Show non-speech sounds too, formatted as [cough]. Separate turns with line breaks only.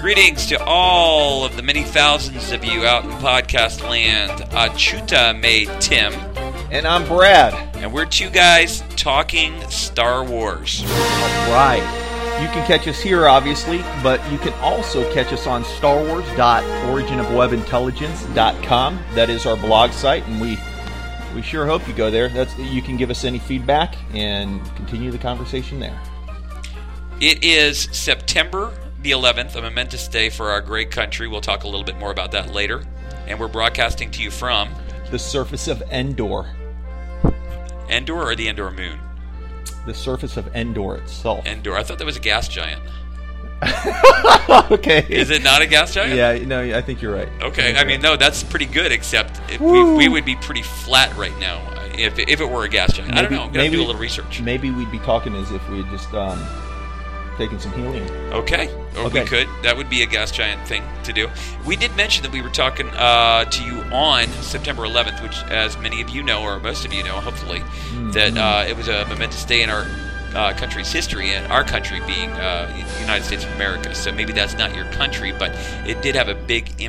Greetings to all of the many thousands of you out in podcast land. Achuta me Tim,
And I'm Brad.
and we're two guys talking Star Wars.
All right. You can catch us here, obviously, but you can also catch us on StarWars.OriginOfWebIntelligence.com. That is our blog site, and we we sure hope you go there. That's you can give us any feedback and continue the conversation there.
It is September the 11th, a momentous day for our great country. We'll talk a little bit more about that later. And we're broadcasting to you from
The surface of Endor,
Endor or the Endor Moon?
the surface of Endor itself.
Endor. I thought that was a gas giant.
[laughs] okay.
Is it not a gas giant?
[laughs] Yeah. No, I think you're right.
Okay, I mean, no, that's pretty good, except if we,
Woo.
we would be pretty flat right now if, if it were a gas giant. I don't know. I'm going to do a little research.
Maybe we'd be talking as if we had just um, taken some helium.
Okay. Or
Okay.
we could. That would be a gas giant thing to do. We did mention that we were talking uh, to you on September 11th, which, as many of you know, or most of you know, hopefully, that uh, it was a momentous day in our uh, country's history, and our country being uh, the United States of America. So maybe that's not your country, but it did have a big impact.